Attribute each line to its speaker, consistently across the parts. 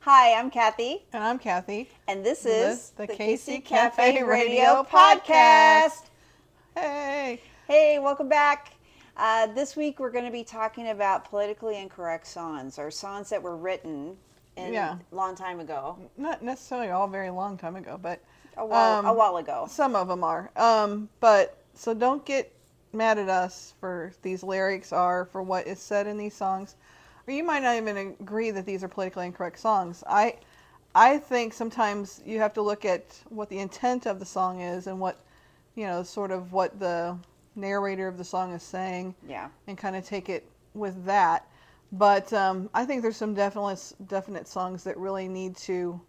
Speaker 1: Hi, I'm Kathy,
Speaker 2: And I'm Kathy.
Speaker 1: and this
Speaker 2: This
Speaker 1: is
Speaker 2: the KC Cafe Radio Podcast. Hey.
Speaker 1: Hey, welcome back. Uh, this week we're going to be talking about politically incorrect songs or songs that were written in
Speaker 2: Yeah.
Speaker 1: long time ago,
Speaker 2: Not necessarily all very long time ago, but
Speaker 1: a while,
Speaker 2: Um,
Speaker 1: a while ago.
Speaker 2: some of them are. Um, but so don't get mad at us for these lyrics are for what is said in these songs. Or you might not even agree that these are politically incorrect songs. I I think sometimes you have to look at what the intent of the song is and what you know, sort of what the narrator of the song is saying.
Speaker 1: Yeah.
Speaker 2: and kind of take it with that. But um, I think there's some definite definite songs that really need to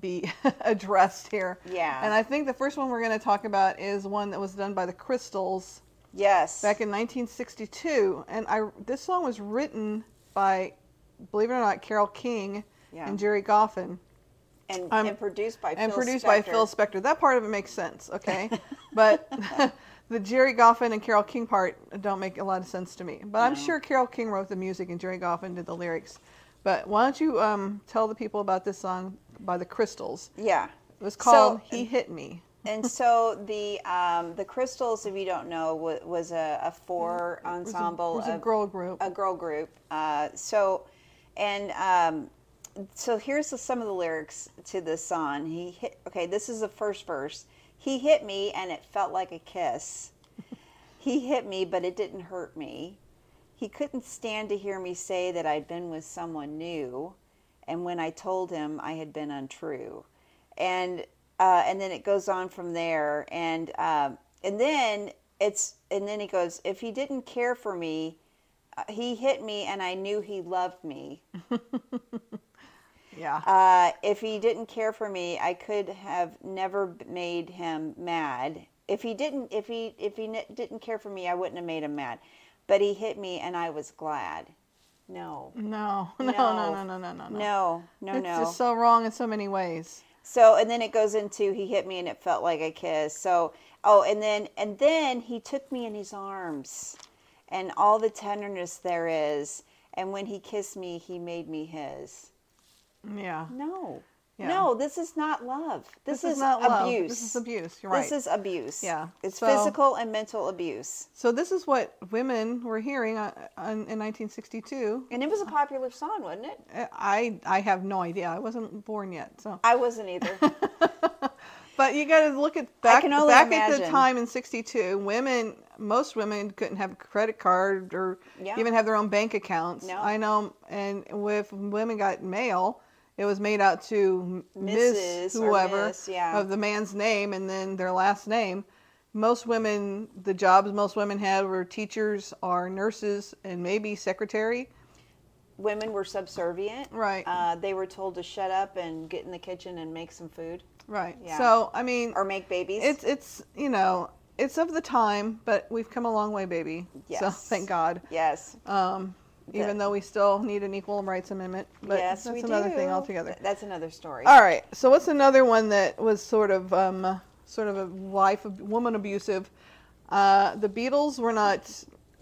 Speaker 2: be addressed here.
Speaker 1: Yeah.
Speaker 2: And I think the first one we're going to talk about is one that was done by the Crystals
Speaker 1: Yes.
Speaker 2: back in 1962, and I this song was written by, believe it or not, Carol King
Speaker 1: Yeah.
Speaker 2: and Jerry Goffin
Speaker 1: and,
Speaker 2: um,
Speaker 1: and produced by
Speaker 2: and
Speaker 1: Phil
Speaker 2: produced by
Speaker 1: Spector.
Speaker 2: Phil Spector. That part of it makes sense, okay? but the Jerry Goffin and Carol King part don't make a lot of sense to me. But I'm
Speaker 1: No.
Speaker 2: sure Carol King wrote the music and Jerry Goffin did the lyrics. But why don't you um, tell the people about this song by the Crystals?
Speaker 1: Yeah.
Speaker 2: It was
Speaker 1: So-
Speaker 2: called "He Hit Me."
Speaker 1: and so the um, the Crystals, if you don't know, wa- was a, a four
Speaker 2: Mm-hmm. It was a-
Speaker 1: ensemble
Speaker 2: it was a,
Speaker 1: of
Speaker 2: girl group.
Speaker 1: a girl group. Uh, so, and um, so here's the, some of the lyrics to this song. He hit. Okay, this is the first verse. He hit me, and it felt like a kiss. he hit me, but it didn't hurt me. He couldn't stand to hear me say that I'd been with someone new, and when I told him I had been untrue, and uh, and then it goes on from there, and um, and then it's and then he goes, if he didn't care for me, uh, he hit me, and I knew he loved me.
Speaker 2: Mm-hmm. yeah.
Speaker 1: Uh, if he didn't care for me, I could have never b- made him mad. If he didn't, if he if he n- didn't care for me, I wouldn't have made him mad. But he hit me, and I was glad. No,
Speaker 2: no, no, no, no, no, no, no, no.
Speaker 1: no, no,
Speaker 2: It's
Speaker 1: no.
Speaker 2: just so wrong in so many ways.
Speaker 1: So and then it goes into he hit me and it felt like a kiss. So oh and then and then he took me in his arms and all the tenderness there is and when he kissed me he made me his.
Speaker 2: Yeah.
Speaker 1: No.
Speaker 2: Yeah.
Speaker 1: No, this is not love. This, is,
Speaker 2: not love.
Speaker 1: abuse.
Speaker 2: This is abuse. You're right.
Speaker 1: This is abuse.
Speaker 2: Yeah.
Speaker 1: It's
Speaker 2: So-
Speaker 1: physical and mental abuse.
Speaker 2: so this is what women were hearing on, on, in 1962
Speaker 1: And it was a popular song, wasn't it?
Speaker 2: I I have no idea. I wasn't born yet, so.
Speaker 1: I wasn't either.
Speaker 2: But you got to look at back
Speaker 1: can only
Speaker 2: back at the
Speaker 1: imagine.
Speaker 2: time in '62. Women, most women couldn't have a credit card or
Speaker 1: Yeah.
Speaker 2: even have their own bank accounts.
Speaker 1: No.
Speaker 2: I know, and if women got mail, it was made out to m- Miss
Speaker 1: Mrs. or
Speaker 2: whoever
Speaker 1: Miss, yeah.
Speaker 2: of the man's name and then their last name. Most women, the jobs most women had were teachers, or nurses, and maybe secretary.
Speaker 1: Women were subservient.
Speaker 2: Right.
Speaker 1: Uh, they were told to shut up and get in the kitchen and make some food
Speaker 2: Right.
Speaker 1: Yeah.
Speaker 2: So I mean,
Speaker 1: or make babies.
Speaker 2: It's it's you know it's of the time, but we've come a long way, baby. So
Speaker 1: Yes.
Speaker 2: thank God.
Speaker 1: yes.
Speaker 2: Um, even
Speaker 1: The-
Speaker 2: though we still need an equal rights amendment, but
Speaker 1: yes,
Speaker 2: that's
Speaker 1: we
Speaker 2: another thing
Speaker 1: do.
Speaker 2: altogether.
Speaker 1: Th- That's another story.
Speaker 2: All right. So what's another one that was sort of um, sort of a life of woman abusive? Uh, the Beatles were not.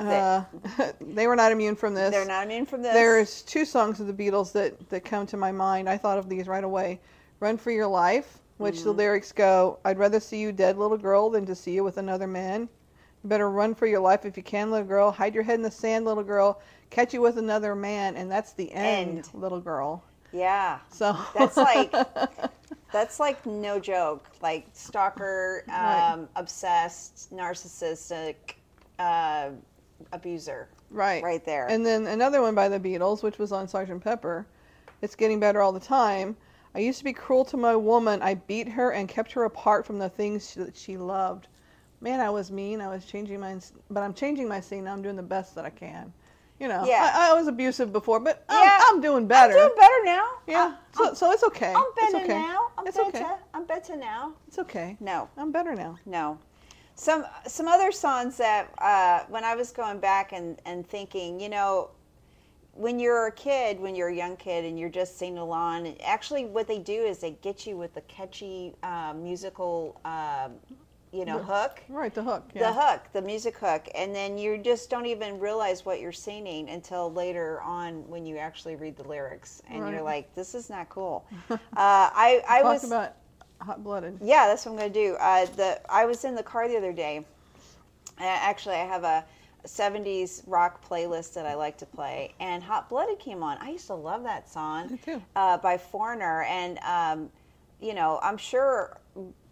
Speaker 2: Uh, they were not immune from this.
Speaker 1: They're not immune from this.
Speaker 2: There's two songs of the Beatles that, that come to my mind. I thought of these right away. Run for Your Life, which the lyrics go, I'd rather see you dead, little girl, than to see you with another man. You better run for your life if you can, little girl. Hide your head in the sand, little girl. Catch you with another man, and that's the end,
Speaker 1: End.
Speaker 2: little girl.
Speaker 1: yeah.
Speaker 2: So
Speaker 1: That's like that's like no joke. Like stalker, um,
Speaker 2: Right.
Speaker 1: obsessed, narcissistic, uh, abuser.
Speaker 2: right,
Speaker 1: right there.
Speaker 2: And then another one by the Beatles, which was on Sgt. Pepper. It's getting better all the time. I used to be cruel to my woman. I beat her and kept her apart from the things she, that she loved. Man, I was mean. I was changing my, but I'm changing my scene. I'm doing the best that I can. You know,
Speaker 1: Yeah.
Speaker 2: I, I was abusive before, but I'm,
Speaker 1: Yeah.
Speaker 2: I'm doing better.
Speaker 1: I'm doing better now.
Speaker 2: yeah, so, so it's okay.
Speaker 1: I'm better
Speaker 2: it's okay.
Speaker 1: now. I'm
Speaker 2: it's
Speaker 1: better.
Speaker 2: okay.
Speaker 1: I'm better now.
Speaker 2: It's okay.
Speaker 1: No,
Speaker 2: I'm better now.
Speaker 1: no. Some some other songs that uh, when I was going back and, and thinking, you know, when you're a kid, when you're a young kid, and you're just singing along, actually, what they do is they get you with the catchy uh, musical, um you know, hook.
Speaker 2: Right, the hook.
Speaker 1: The
Speaker 2: Yeah.
Speaker 1: hook, the music hook, and then you just don't even realize what you're singing until later on when you actually read the lyrics, and you're
Speaker 2: Right.
Speaker 1: like, "This is not cool." uh, I, I
Speaker 2: Talk
Speaker 1: was,
Speaker 2: about hot blooded.
Speaker 1: yeah, that's what I'm gonna do. Uh, the I was in the car the other day. Uh, actually, I have a 70s rock playlist that I like to play, and Hot Blooded came on. I used to love that song
Speaker 2: Me too.
Speaker 1: uh, by Foreigner, and um, you know, I'm sure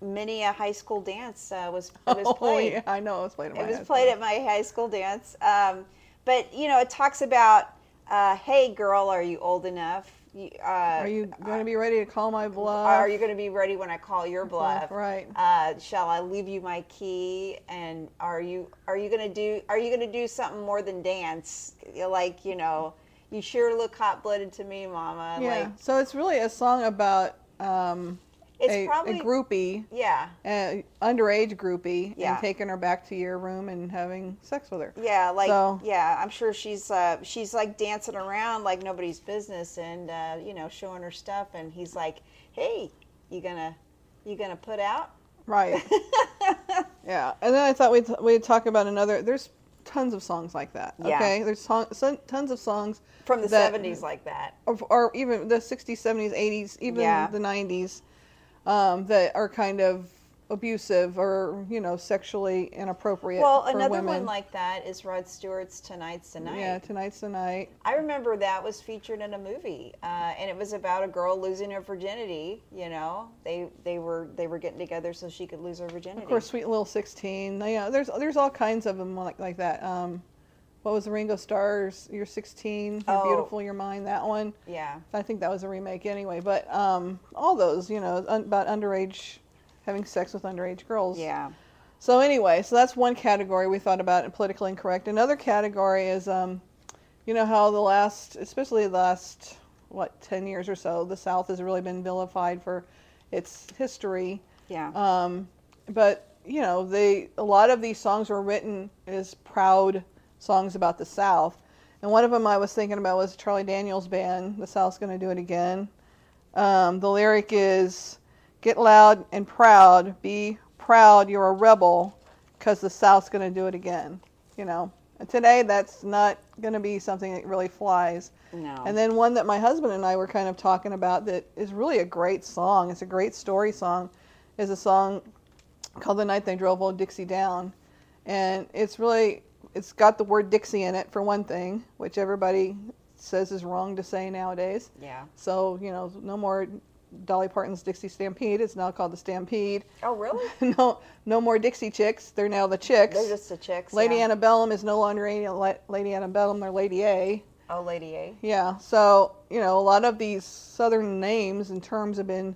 Speaker 1: many a high school dance uh, was it was
Speaker 2: Oh,
Speaker 1: played.
Speaker 2: yeah, I know it was played. at my
Speaker 1: It was
Speaker 2: house,
Speaker 1: played at my high school dance. Um, but you know, it talks about, uh, "Hey, girl, are you old enough? You, uh,
Speaker 2: Are you going to be ready to call my bluff?
Speaker 1: are you going to be ready when I call your bluff?
Speaker 2: right.
Speaker 1: Uh, shall I leave you my key? And are you are you going to do are you going to do something more than dance? You're Like you know, you sure look hot blooded to me, Mama.
Speaker 2: yeah.
Speaker 1: Like
Speaker 2: so it's really a song about um,
Speaker 1: it's
Speaker 2: a,
Speaker 1: probably
Speaker 2: a groupie,
Speaker 1: yeah.
Speaker 2: a underage groupie,
Speaker 1: Yeah.
Speaker 2: and taking her back to your room and having sex with her.
Speaker 1: Yeah, like
Speaker 2: So-
Speaker 1: yeah, I'm sure she's uh, she's like dancing around like nobody's business, and uh, you know showing her stuff, and he's like, "Hey, you gonna you gonna put out?"
Speaker 2: Right. yeah. And then I thought we'd, we'd talk about another. There's tons of songs like that.
Speaker 1: Yeah.
Speaker 2: Okay. There's song, son, tons of songs
Speaker 1: From the
Speaker 2: that-
Speaker 1: 70s, like that.
Speaker 2: of- or even the 60s, 70s, 80s, even
Speaker 1: Yeah.
Speaker 2: the 90s, um, that are kind of abusive or you know sexually inappropriate.
Speaker 1: Well,
Speaker 2: for
Speaker 1: another
Speaker 2: women.
Speaker 1: one like that is Rod Stewart's "Tonight's the Night."
Speaker 2: yeah, tonight's the night.
Speaker 1: I remember that was featured in a movie, uh, and it was about a girl losing her virginity. You know, they they were they were getting together so she could lose her virginity.
Speaker 2: Of course, Sweet Little Sixteen. Yeah, there's there's all kinds of them like like that. Um, what was the Ringo Starr's "You're 16, You're
Speaker 1: Oh.
Speaker 2: Beautiful, You're Mine"? That one.
Speaker 1: yeah.
Speaker 2: I think that was a remake anyway. But um, all those, you know, un- about underage having sex with underage girls.
Speaker 1: Yeah.
Speaker 2: So anyway, so that's one category we thought about in politically incorrect. Another category is, um, you know, how the last, especially the last what ten years or so, the South has really been vilified for its history.
Speaker 1: Yeah.
Speaker 2: Um, but you know, they a lot of these songs were written as proud songs about the South, and one of them I was thinking about was Charlie Daniels' band, "The South's Gonna Do It Again." Um, the lyric is, "Get loud and proud, be proud, you're a rebel, 'cause the South's gonna do it again." You know, and today that's not gonna be something that really flies.
Speaker 1: no.
Speaker 2: And then one that my husband and I were kind of talking about that is really a great song. It's a great story song. Is a song called "The Night They Drove Old Dixie Down," and it's really it's got the word Dixie in it for one thing, which everybody says is wrong to say nowadays.
Speaker 1: yeah.
Speaker 2: So you know, no more Dolly Parton's Dixie Stampede. It's now called the Stampede.
Speaker 1: Oh, really?
Speaker 2: no, no more Dixie Chicks. They're now the Chicks.
Speaker 1: They're just the chicks.
Speaker 2: Lady
Speaker 1: yeah.
Speaker 2: Antebellum is no longer Lady- Lady Antebellum. They're Lady A.
Speaker 1: Oh, Lady A.
Speaker 2: Yeah, so you know, a lot of these southern names and terms have been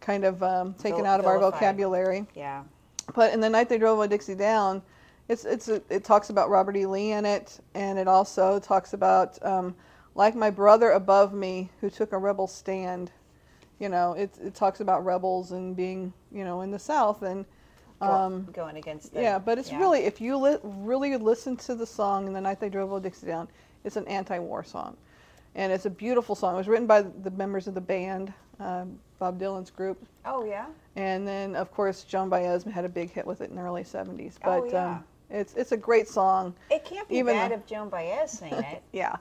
Speaker 2: kind of um, taken
Speaker 1: Vil-
Speaker 2: out of our
Speaker 1: vilified.
Speaker 2: vocabulary.
Speaker 1: Yeah.
Speaker 2: But in the night they drove a Dixie down, it's it's a, it talks about Robert E. Lee in it, and it also talks about um, like my brother above me who took a rebel stand. You know, it it talks about rebels and being you know in the South and.
Speaker 1: Go-
Speaker 2: Um,
Speaker 1: going against the,
Speaker 2: yeah, but it's really if you li- really listen to the song "The Night They Drove Old Dixie Down," it's an anti-war song, and it's a beautiful song. It was written by the members of the band, uh, Bob Dylan's group,
Speaker 1: Oh yeah.
Speaker 2: and then of course Joan Baez had a big hit with it in the early '70s. But
Speaker 1: Oh, yeah.
Speaker 2: um, it's it's a great song.
Speaker 1: It can't be
Speaker 2: Even
Speaker 1: bad
Speaker 2: the-
Speaker 1: if Joan Baez sang it.
Speaker 2: Yeah,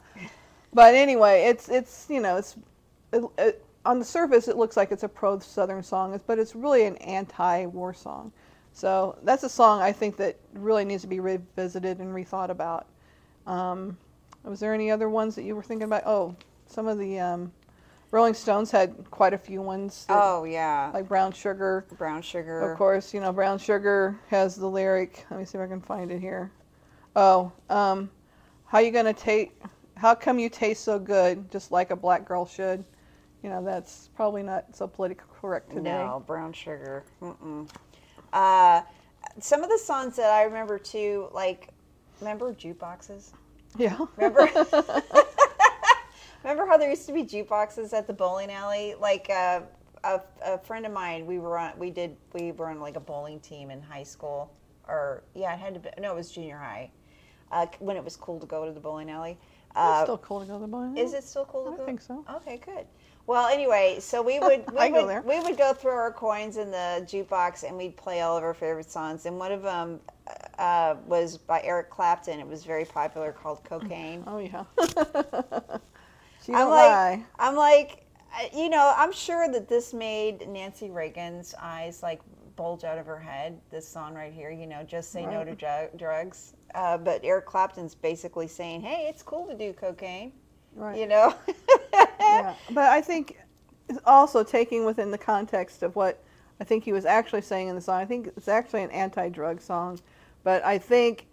Speaker 2: but anyway, it's it's you know it's it, it, on the surface it looks like it's a pro Southern song, it's- but it's really an anti-war song. So that's a song I think that really needs to be revisited and rethought about. Um, was there any other ones that you were thinking about? Oh, some of the um, Rolling Stones had quite a few ones, that-
Speaker 1: Oh yeah.
Speaker 2: like Brown Sugar.
Speaker 1: brown sugar.
Speaker 2: Of course, you know, Brown Sugar has the lyric. Let me see if I can find it here. Oh, um, how you gonna take? How come you taste so good, just like a black girl should? You know, that's probably not so politically correct today.
Speaker 1: No, brown sugar. Mm-mm. Uh, some of the songs that I remember too, like remember jukeboxes.
Speaker 2: Yeah.
Speaker 1: Remember. Remember how there used to be jukeboxes at the bowling alley? Like uh, a, a friend of mine, we were on, we did, we were on like a bowling team in high school, or yeah, it had to be, no, it was junior high, uh, when it was cool to go to the bowling alley.
Speaker 2: It's
Speaker 1: Uh,
Speaker 2: still cool to go to the bar.
Speaker 1: is it still cool to
Speaker 2: Oh, I
Speaker 1: go?
Speaker 2: think so.
Speaker 1: Okay, good. Well, anyway, so we would we
Speaker 2: I go
Speaker 1: would
Speaker 2: there.
Speaker 1: we would go throw our coins in the jukebox and we'd play all of our favorite songs. And one of them uh, was by Eric Clapton. It was very popular, called "Cocaine."
Speaker 2: Oh yeah. she don't
Speaker 1: I'm like,
Speaker 2: lie.
Speaker 1: I'm like, I- you know, I'm sure that this made Nancy Reagan's eyes like bulge out of her head. This song right here, you know, just say no
Speaker 2: Right.
Speaker 1: to dru- drugs. Uh, but Eric Clapton's basically saying, hey, it's cool to do cocaine,
Speaker 2: Right.
Speaker 1: you know. Eh.
Speaker 2: yeah. But I think it's also taking within the context of what I think he was actually saying in the song, I think it's actually an anti drug song. But I think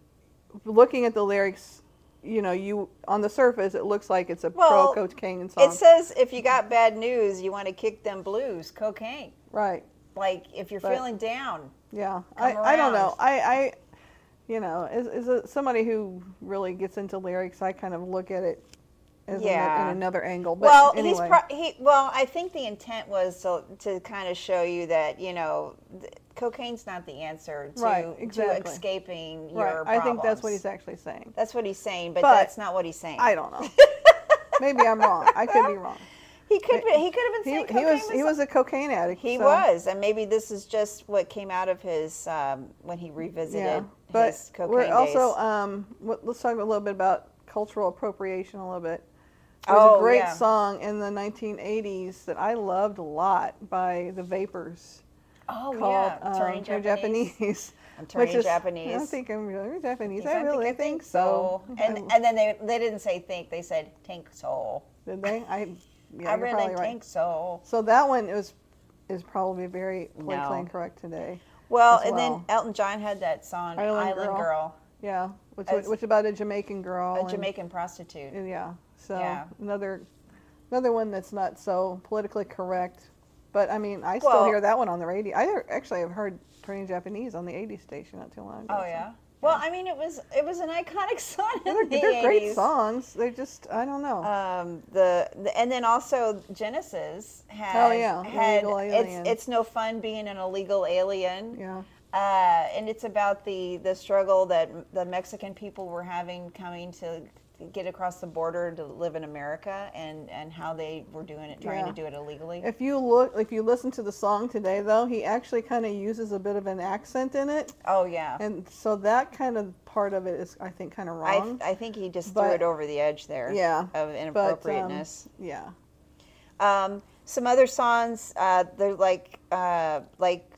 Speaker 2: looking at the lyrics, you know, you on the surface it looks like it's a
Speaker 1: Well,
Speaker 2: pro cocaine song.
Speaker 1: it says if you got bad news, you want to kick them blues, cocaine.
Speaker 2: right.
Speaker 1: Like if you're
Speaker 2: But-
Speaker 1: feeling down,
Speaker 2: Yeah, I,
Speaker 1: come
Speaker 2: I don't know.
Speaker 1: around.
Speaker 2: I, I you know, as, as a, somebody who really gets into lyrics, I kind of look at it as ano-
Speaker 1: Yeah.
Speaker 2: in another angle. But
Speaker 1: well,
Speaker 2: anyway,
Speaker 1: he's pro- he. Well, I think the intent was to, to kind of show you that you know, th- cocaine's not the answer to,
Speaker 2: Right,
Speaker 1: to
Speaker 2: exactly.
Speaker 1: escaping
Speaker 2: right.
Speaker 1: your.
Speaker 2: I think that's what
Speaker 1: problems.
Speaker 2: he's actually saying.
Speaker 1: That's what he's saying, but,
Speaker 2: But-
Speaker 1: that's not what he's saying.
Speaker 2: I don't know. Maybe I'm wrong. I could be wrong.
Speaker 1: He could. Be, he could have been saying
Speaker 2: He, he was he
Speaker 1: cocaine
Speaker 2: was a cocaine addict.
Speaker 1: He
Speaker 2: so-
Speaker 1: was, and maybe this is just what came out of his um, when he revisited
Speaker 2: Yeah, but
Speaker 1: his cocaine
Speaker 2: we're also
Speaker 1: days.
Speaker 2: um, what- let's talk a little bit about cultural appropriation a little bit. There was
Speaker 1: Oh,
Speaker 2: a great
Speaker 1: yeah.
Speaker 2: song in the 1980s that I loved a lot by the Vapors.
Speaker 1: oh
Speaker 2: called
Speaker 1: yeah,
Speaker 2: um,
Speaker 1: turning
Speaker 2: Turn
Speaker 1: Japanese.
Speaker 2: Japanese.
Speaker 1: I'm
Speaker 2: which
Speaker 1: turning
Speaker 2: is-
Speaker 1: Japanese.
Speaker 2: I think I'm really Japanese. I
Speaker 1: I
Speaker 2: really
Speaker 1: I
Speaker 2: think, so.
Speaker 1: And and then they they didn't say think, they said think so.
Speaker 2: Did they? I, yeah,
Speaker 1: I
Speaker 2: you're
Speaker 1: really
Speaker 2: probably
Speaker 1: think
Speaker 2: right.
Speaker 1: so.
Speaker 2: So that one is is probably very
Speaker 1: No.
Speaker 2: politically incorrect today.
Speaker 1: Well,
Speaker 2: as
Speaker 1: and
Speaker 2: well.
Speaker 1: then Elton John had that song Island,
Speaker 2: Island
Speaker 1: Girl,
Speaker 2: Girl. Yeah, which
Speaker 1: As-
Speaker 2: which about a Jamaican girl.
Speaker 1: a
Speaker 2: and-
Speaker 1: Jamaican prostitute.
Speaker 2: and yeah. So
Speaker 1: Yeah.
Speaker 2: another another one that's not so politically correct. But I mean, I still
Speaker 1: Well-
Speaker 2: hear that one on the radio. I hear- actually have heard Turning Japanese on the 80s station not too long ago.
Speaker 1: oh
Speaker 2: so.
Speaker 1: yeah. Well, I mean, it was it was an iconic song in
Speaker 2: They're,
Speaker 1: the
Speaker 2: they're great
Speaker 1: 80s.
Speaker 2: songs. They're just, I don't know.
Speaker 1: Um, the, the and then also Genesis had
Speaker 2: Oh, yeah,
Speaker 1: had
Speaker 2: Illegal
Speaker 1: it's
Speaker 2: Alien.
Speaker 1: it's no fun being an illegal alien.
Speaker 2: yeah.
Speaker 1: Uh, and it's about the, the struggle that the Mexican people were having coming to get across the border to live in America and, and how they were doing it, trying to
Speaker 2: Yeah.
Speaker 1: do it illegally.
Speaker 2: If you look, if you listen to the song today, though, he actually kind of uses a bit of an accent in it,
Speaker 1: oh, yeah.
Speaker 2: and so that kind of part of it is, I think, kind of
Speaker 1: I,
Speaker 2: wrong.
Speaker 1: I think he just threw
Speaker 2: But-
Speaker 1: it over the edge there
Speaker 2: Yeah,
Speaker 1: of
Speaker 2: but, um,
Speaker 1: inappropriateness.
Speaker 2: yeah,
Speaker 1: um, some other songs, uh, they're like uh, like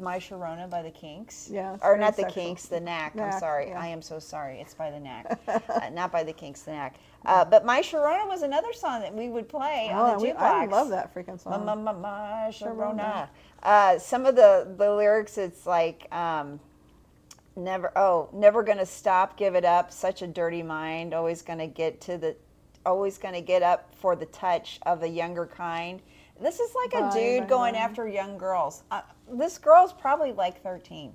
Speaker 1: My Sharona by the Kinks.
Speaker 2: Yeah, it's
Speaker 1: Or
Speaker 2: very
Speaker 1: not the
Speaker 2: sexual.
Speaker 1: Kinks, the Knack. I'm
Speaker 2: Knack,
Speaker 1: sorry.
Speaker 2: yeah.
Speaker 1: I am so sorry. It's by the Knack, uh, not by the Kinks. The Knack. Uh, but My Sharona was another song that we would play on
Speaker 2: Oh,
Speaker 1: the
Speaker 2: we-
Speaker 1: jukebox.
Speaker 2: I love that freaking
Speaker 1: Ma,
Speaker 2: song.
Speaker 1: ma, ma, ma, Sharona.
Speaker 2: Sharona.
Speaker 1: Uh, some of the, the lyrics, it's like, um, never, oh, never gonna stop, give it up, such a dirty mind, always gonna get to the, always gonna get up for the touch of a younger kind. This is like a
Speaker 2: Bye,
Speaker 1: dude
Speaker 2: bye,
Speaker 1: going
Speaker 2: bye.
Speaker 1: after young girls. Uh, this girl's probably like 13,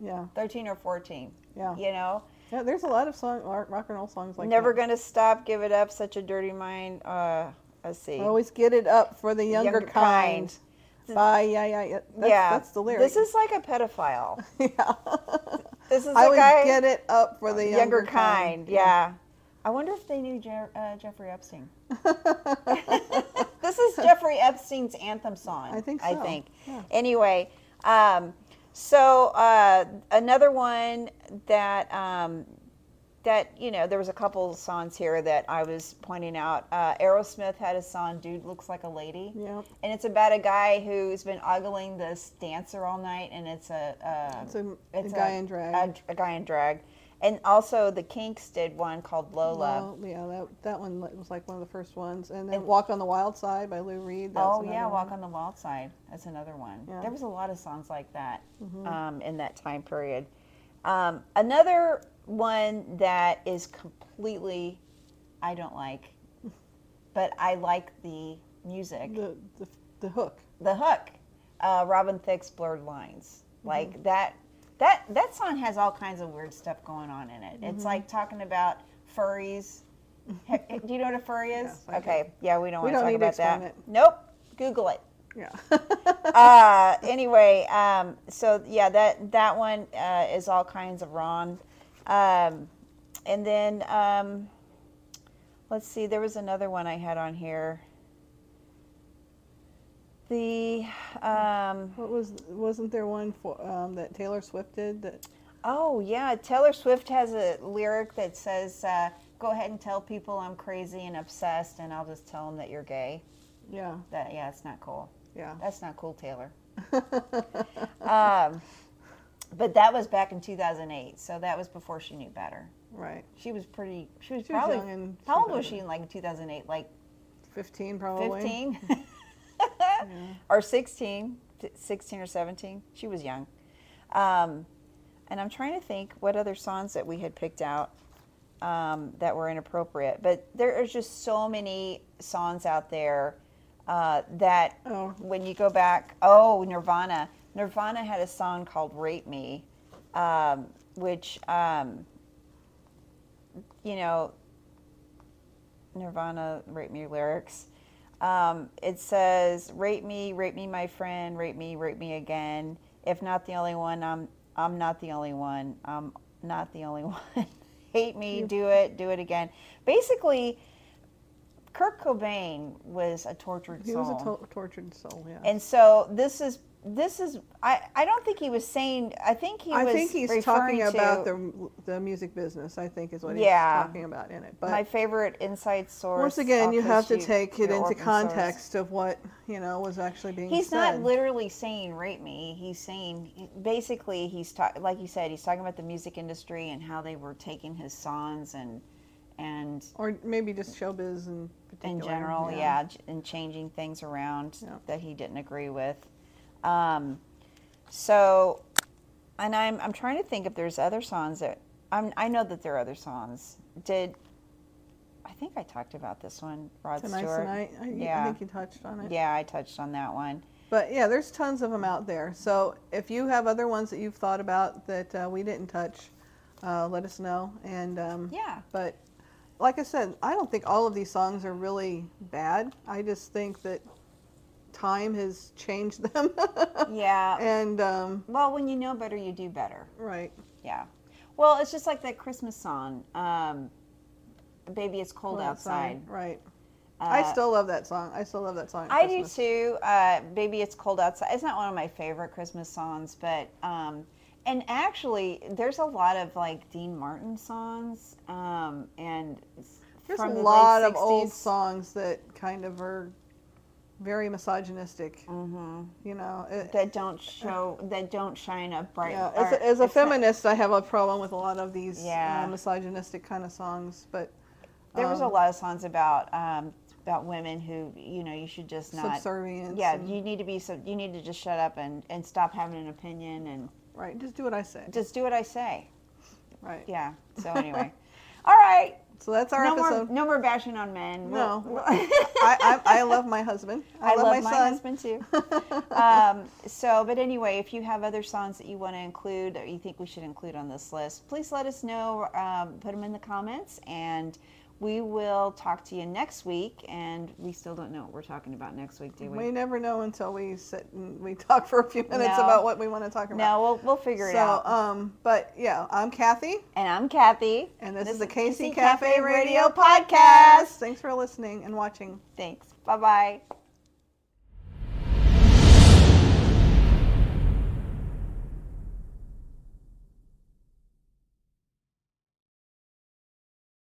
Speaker 2: yeah,
Speaker 1: 13 or 14.
Speaker 2: Yeah.
Speaker 1: You know?
Speaker 2: yeah. There's a lot of song, rock rock and roll songs like
Speaker 1: never
Speaker 2: that.
Speaker 1: gonna stop, give it up, such a dirty mind. Uh, let's see.
Speaker 2: Always get it up for the younger,
Speaker 1: Younger kind.
Speaker 2: kind. Bye, yeah, yeah, yeah. That's,
Speaker 1: yeah.
Speaker 2: that's the lyric.
Speaker 1: This is like a pedophile.
Speaker 2: yeah.
Speaker 1: This is
Speaker 2: I
Speaker 1: a
Speaker 2: would
Speaker 1: guy.
Speaker 2: get it up for the
Speaker 1: younger,
Speaker 2: younger,
Speaker 1: kind. Yeah. I wonder if they knew Jer- uh, Jeffrey Epstein. this is Jeffrey Epstein's anthem song.
Speaker 2: I think
Speaker 1: I
Speaker 2: so,
Speaker 1: think.
Speaker 2: yeah.
Speaker 1: Anyway, um, so uh, another one that um, that you know there was a couple songs here that I was pointing out. Uh, Aerosmith had a song, "Dude Looks Like a Lady."
Speaker 2: Yep.
Speaker 1: And it's about a guy who's been ogling this dancer all night, and it's a uh,
Speaker 2: It's a- a guy in drag.
Speaker 1: a dr- A, guy in drag, and also the Kinks did one called Lola.
Speaker 2: Well, yeah, that that one li- was like one of the first ones, and then
Speaker 1: And-
Speaker 2: Walk on the Wild Side by Lou Reed. That's
Speaker 1: oh yeah,
Speaker 2: another
Speaker 1: Walk
Speaker 2: one.
Speaker 1: on the Wild Side. That's another one.
Speaker 2: Yeah. Mm-hmm.
Speaker 1: There was a lot of songs like that um, in that time period. Um, another one that is completely, I don't like, but I like the music.
Speaker 2: the, the the hook.
Speaker 1: the hook uh, robin thicke's blurred lines
Speaker 2: Mm-hmm.
Speaker 1: like that that that song has all kinds of weird stuff going on in it
Speaker 2: Mm-hmm.
Speaker 1: it's like talking about furries He- do you know what a furry is
Speaker 2: Yes, I do.
Speaker 1: okay yeah we don't
Speaker 2: We
Speaker 1: want to talk
Speaker 2: don't need to
Speaker 1: about that
Speaker 2: explain it.
Speaker 1: nope google it
Speaker 2: Yeah,
Speaker 1: uh, anyway, um, so yeah, that that one uh, is all kinds of wrong. Um, and then um, let's see, there was another one I had on here. the um,
Speaker 2: What was wasn't there one for um, that Taylor Swift did that?
Speaker 1: oh yeah, Taylor Swift has a lyric that says, uh, "Go ahead and tell people I'm crazy and obsessed, and I'll just tell them that you're gay."
Speaker 2: Yeah,
Speaker 1: That yeah, it's not cool.
Speaker 2: yeah.
Speaker 1: That's not cool, Taylor. um, but that was back in 2008, so that was before she knew better.
Speaker 2: Right.
Speaker 1: She was pretty. She was
Speaker 2: She was
Speaker 1: probably.
Speaker 2: young and
Speaker 1: how old was
Speaker 2: stupid.
Speaker 1: she in like 2008? Like
Speaker 2: Fifteen probably.
Speaker 1: 15 or 16 t- 16 or 17 she was young um, and i'm trying to think what other songs that we had picked out um, that were inappropriate but there are just so many songs out there uh, that
Speaker 2: Oh.
Speaker 1: when you go back oh nirvana nirvana had a song called rape me um, which um, you know Nirvana Rape Me lyrics. Um, it says, Rape me, rape me, my friend, rape me, rape me again. If not the only one, I'm, I'm not the only one. I'm not the only one. Hate me, do it, do it again. Basically, Kurt Cobain was a tortured
Speaker 2: He
Speaker 1: soul.
Speaker 2: was a to- tortured soul. Yeah.
Speaker 1: and so this is. This is I, I don't think he was saying I think he
Speaker 2: I
Speaker 1: was
Speaker 2: think he's
Speaker 1: referring
Speaker 2: talking about
Speaker 1: to
Speaker 2: the the music business. I think is what
Speaker 1: Yeah.
Speaker 2: he's talking about in it.
Speaker 1: my
Speaker 2: But
Speaker 1: favorite inside source.
Speaker 2: once again,
Speaker 1: off
Speaker 2: you
Speaker 1: the
Speaker 2: have to
Speaker 1: sheet,
Speaker 2: take it
Speaker 1: your
Speaker 2: into
Speaker 1: orphan source.
Speaker 2: context of what you know was actually being
Speaker 1: He's
Speaker 2: said.
Speaker 1: not literally saying rape me. He's saying basically he's talking like you said he's talking about the music industry and how they were taking his songs and and
Speaker 2: or maybe just showbiz in particular.
Speaker 1: in general, yeah. j- and changing things around
Speaker 2: Yeah.
Speaker 1: that he didn't agree with. Um, so, and I'm I'm trying to think if there's other songs that I'm I know that there are other songs. Did I think I talked about this one, Rod
Speaker 2: Tonight's
Speaker 1: Stewart?
Speaker 2: the night. I, I
Speaker 1: Yeah.
Speaker 2: think you touched on it.
Speaker 1: Yeah, I touched on that one.
Speaker 2: But yeah, there's tons of them out there. So if you have other ones that you've thought about that uh, we didn't touch, uh, let us know. And um,
Speaker 1: Yeah.
Speaker 2: But like I said, I don't think all of these songs are really bad. I just think that time has changed them.
Speaker 1: Yeah.
Speaker 2: and um,
Speaker 1: Well, when you know better, you do better.
Speaker 2: right,
Speaker 1: Yeah. Well, it's just like that Christmas song, um, "Baby It's Cold
Speaker 2: Well, that's
Speaker 1: Outside."
Speaker 2: fine. Right.
Speaker 1: Uh,
Speaker 2: I still love that song. I still love that song. at
Speaker 1: I do
Speaker 2: Christmas.
Speaker 1: too. Uh, "Baby It's Cold Outside." It's not one of my favorite Christmas songs, but um, and actually, there's a lot of like Dean Martin songs, um, and s-
Speaker 2: There's
Speaker 1: from
Speaker 2: a
Speaker 1: the late
Speaker 2: lot of old
Speaker 1: 60s.
Speaker 2: songs that kind of are very misogynistic.
Speaker 1: Mhm.
Speaker 2: You know, it,
Speaker 1: that don't show that don't shine up bright.
Speaker 2: Yeah,
Speaker 1: or
Speaker 2: as a, as a
Speaker 1: it's not-
Speaker 2: feminist, I have a problem with a lot of these
Speaker 1: Yeah.
Speaker 2: uh, misogynistic kind of songs, but
Speaker 1: There was a
Speaker 2: um,
Speaker 1: lot of songs about um, about women who you know you should just not.
Speaker 2: subservience.
Speaker 1: Yeah,
Speaker 2: and-
Speaker 1: you need to be so you need to just shut up and and stop having an opinion and
Speaker 2: right. Just do what I say.
Speaker 1: just do what I say.
Speaker 2: right.
Speaker 1: Yeah. So anyway, all right.
Speaker 2: So that's our
Speaker 1: no
Speaker 2: episode.
Speaker 1: more no more bashing on men. We'll-
Speaker 2: No.
Speaker 1: we'll-
Speaker 2: I, I, I love my husband.
Speaker 1: I
Speaker 2: I,
Speaker 1: love, my,
Speaker 2: son.
Speaker 1: husband too. um, so, but anyway, if you have other songs that you want to include or you think we should include on this list, please let us know. Um, put them in the comments, and we will talk to you next week. And we still don't know what we're talking about next week, do we?
Speaker 2: We never know until we sit and we talk for a few minutes
Speaker 1: No.
Speaker 2: about what we want to talk about.
Speaker 1: no, we'll we'll figure it
Speaker 2: So,
Speaker 1: out.
Speaker 2: um, but yeah, I'm Kathy,
Speaker 1: and I'm Kathy.
Speaker 2: and this, is the
Speaker 1: Casey
Speaker 2: Casey Cafe,
Speaker 1: Radio
Speaker 2: Radio Podcast. Thanks for listening and watching.
Speaker 1: Thanks. Bye bye.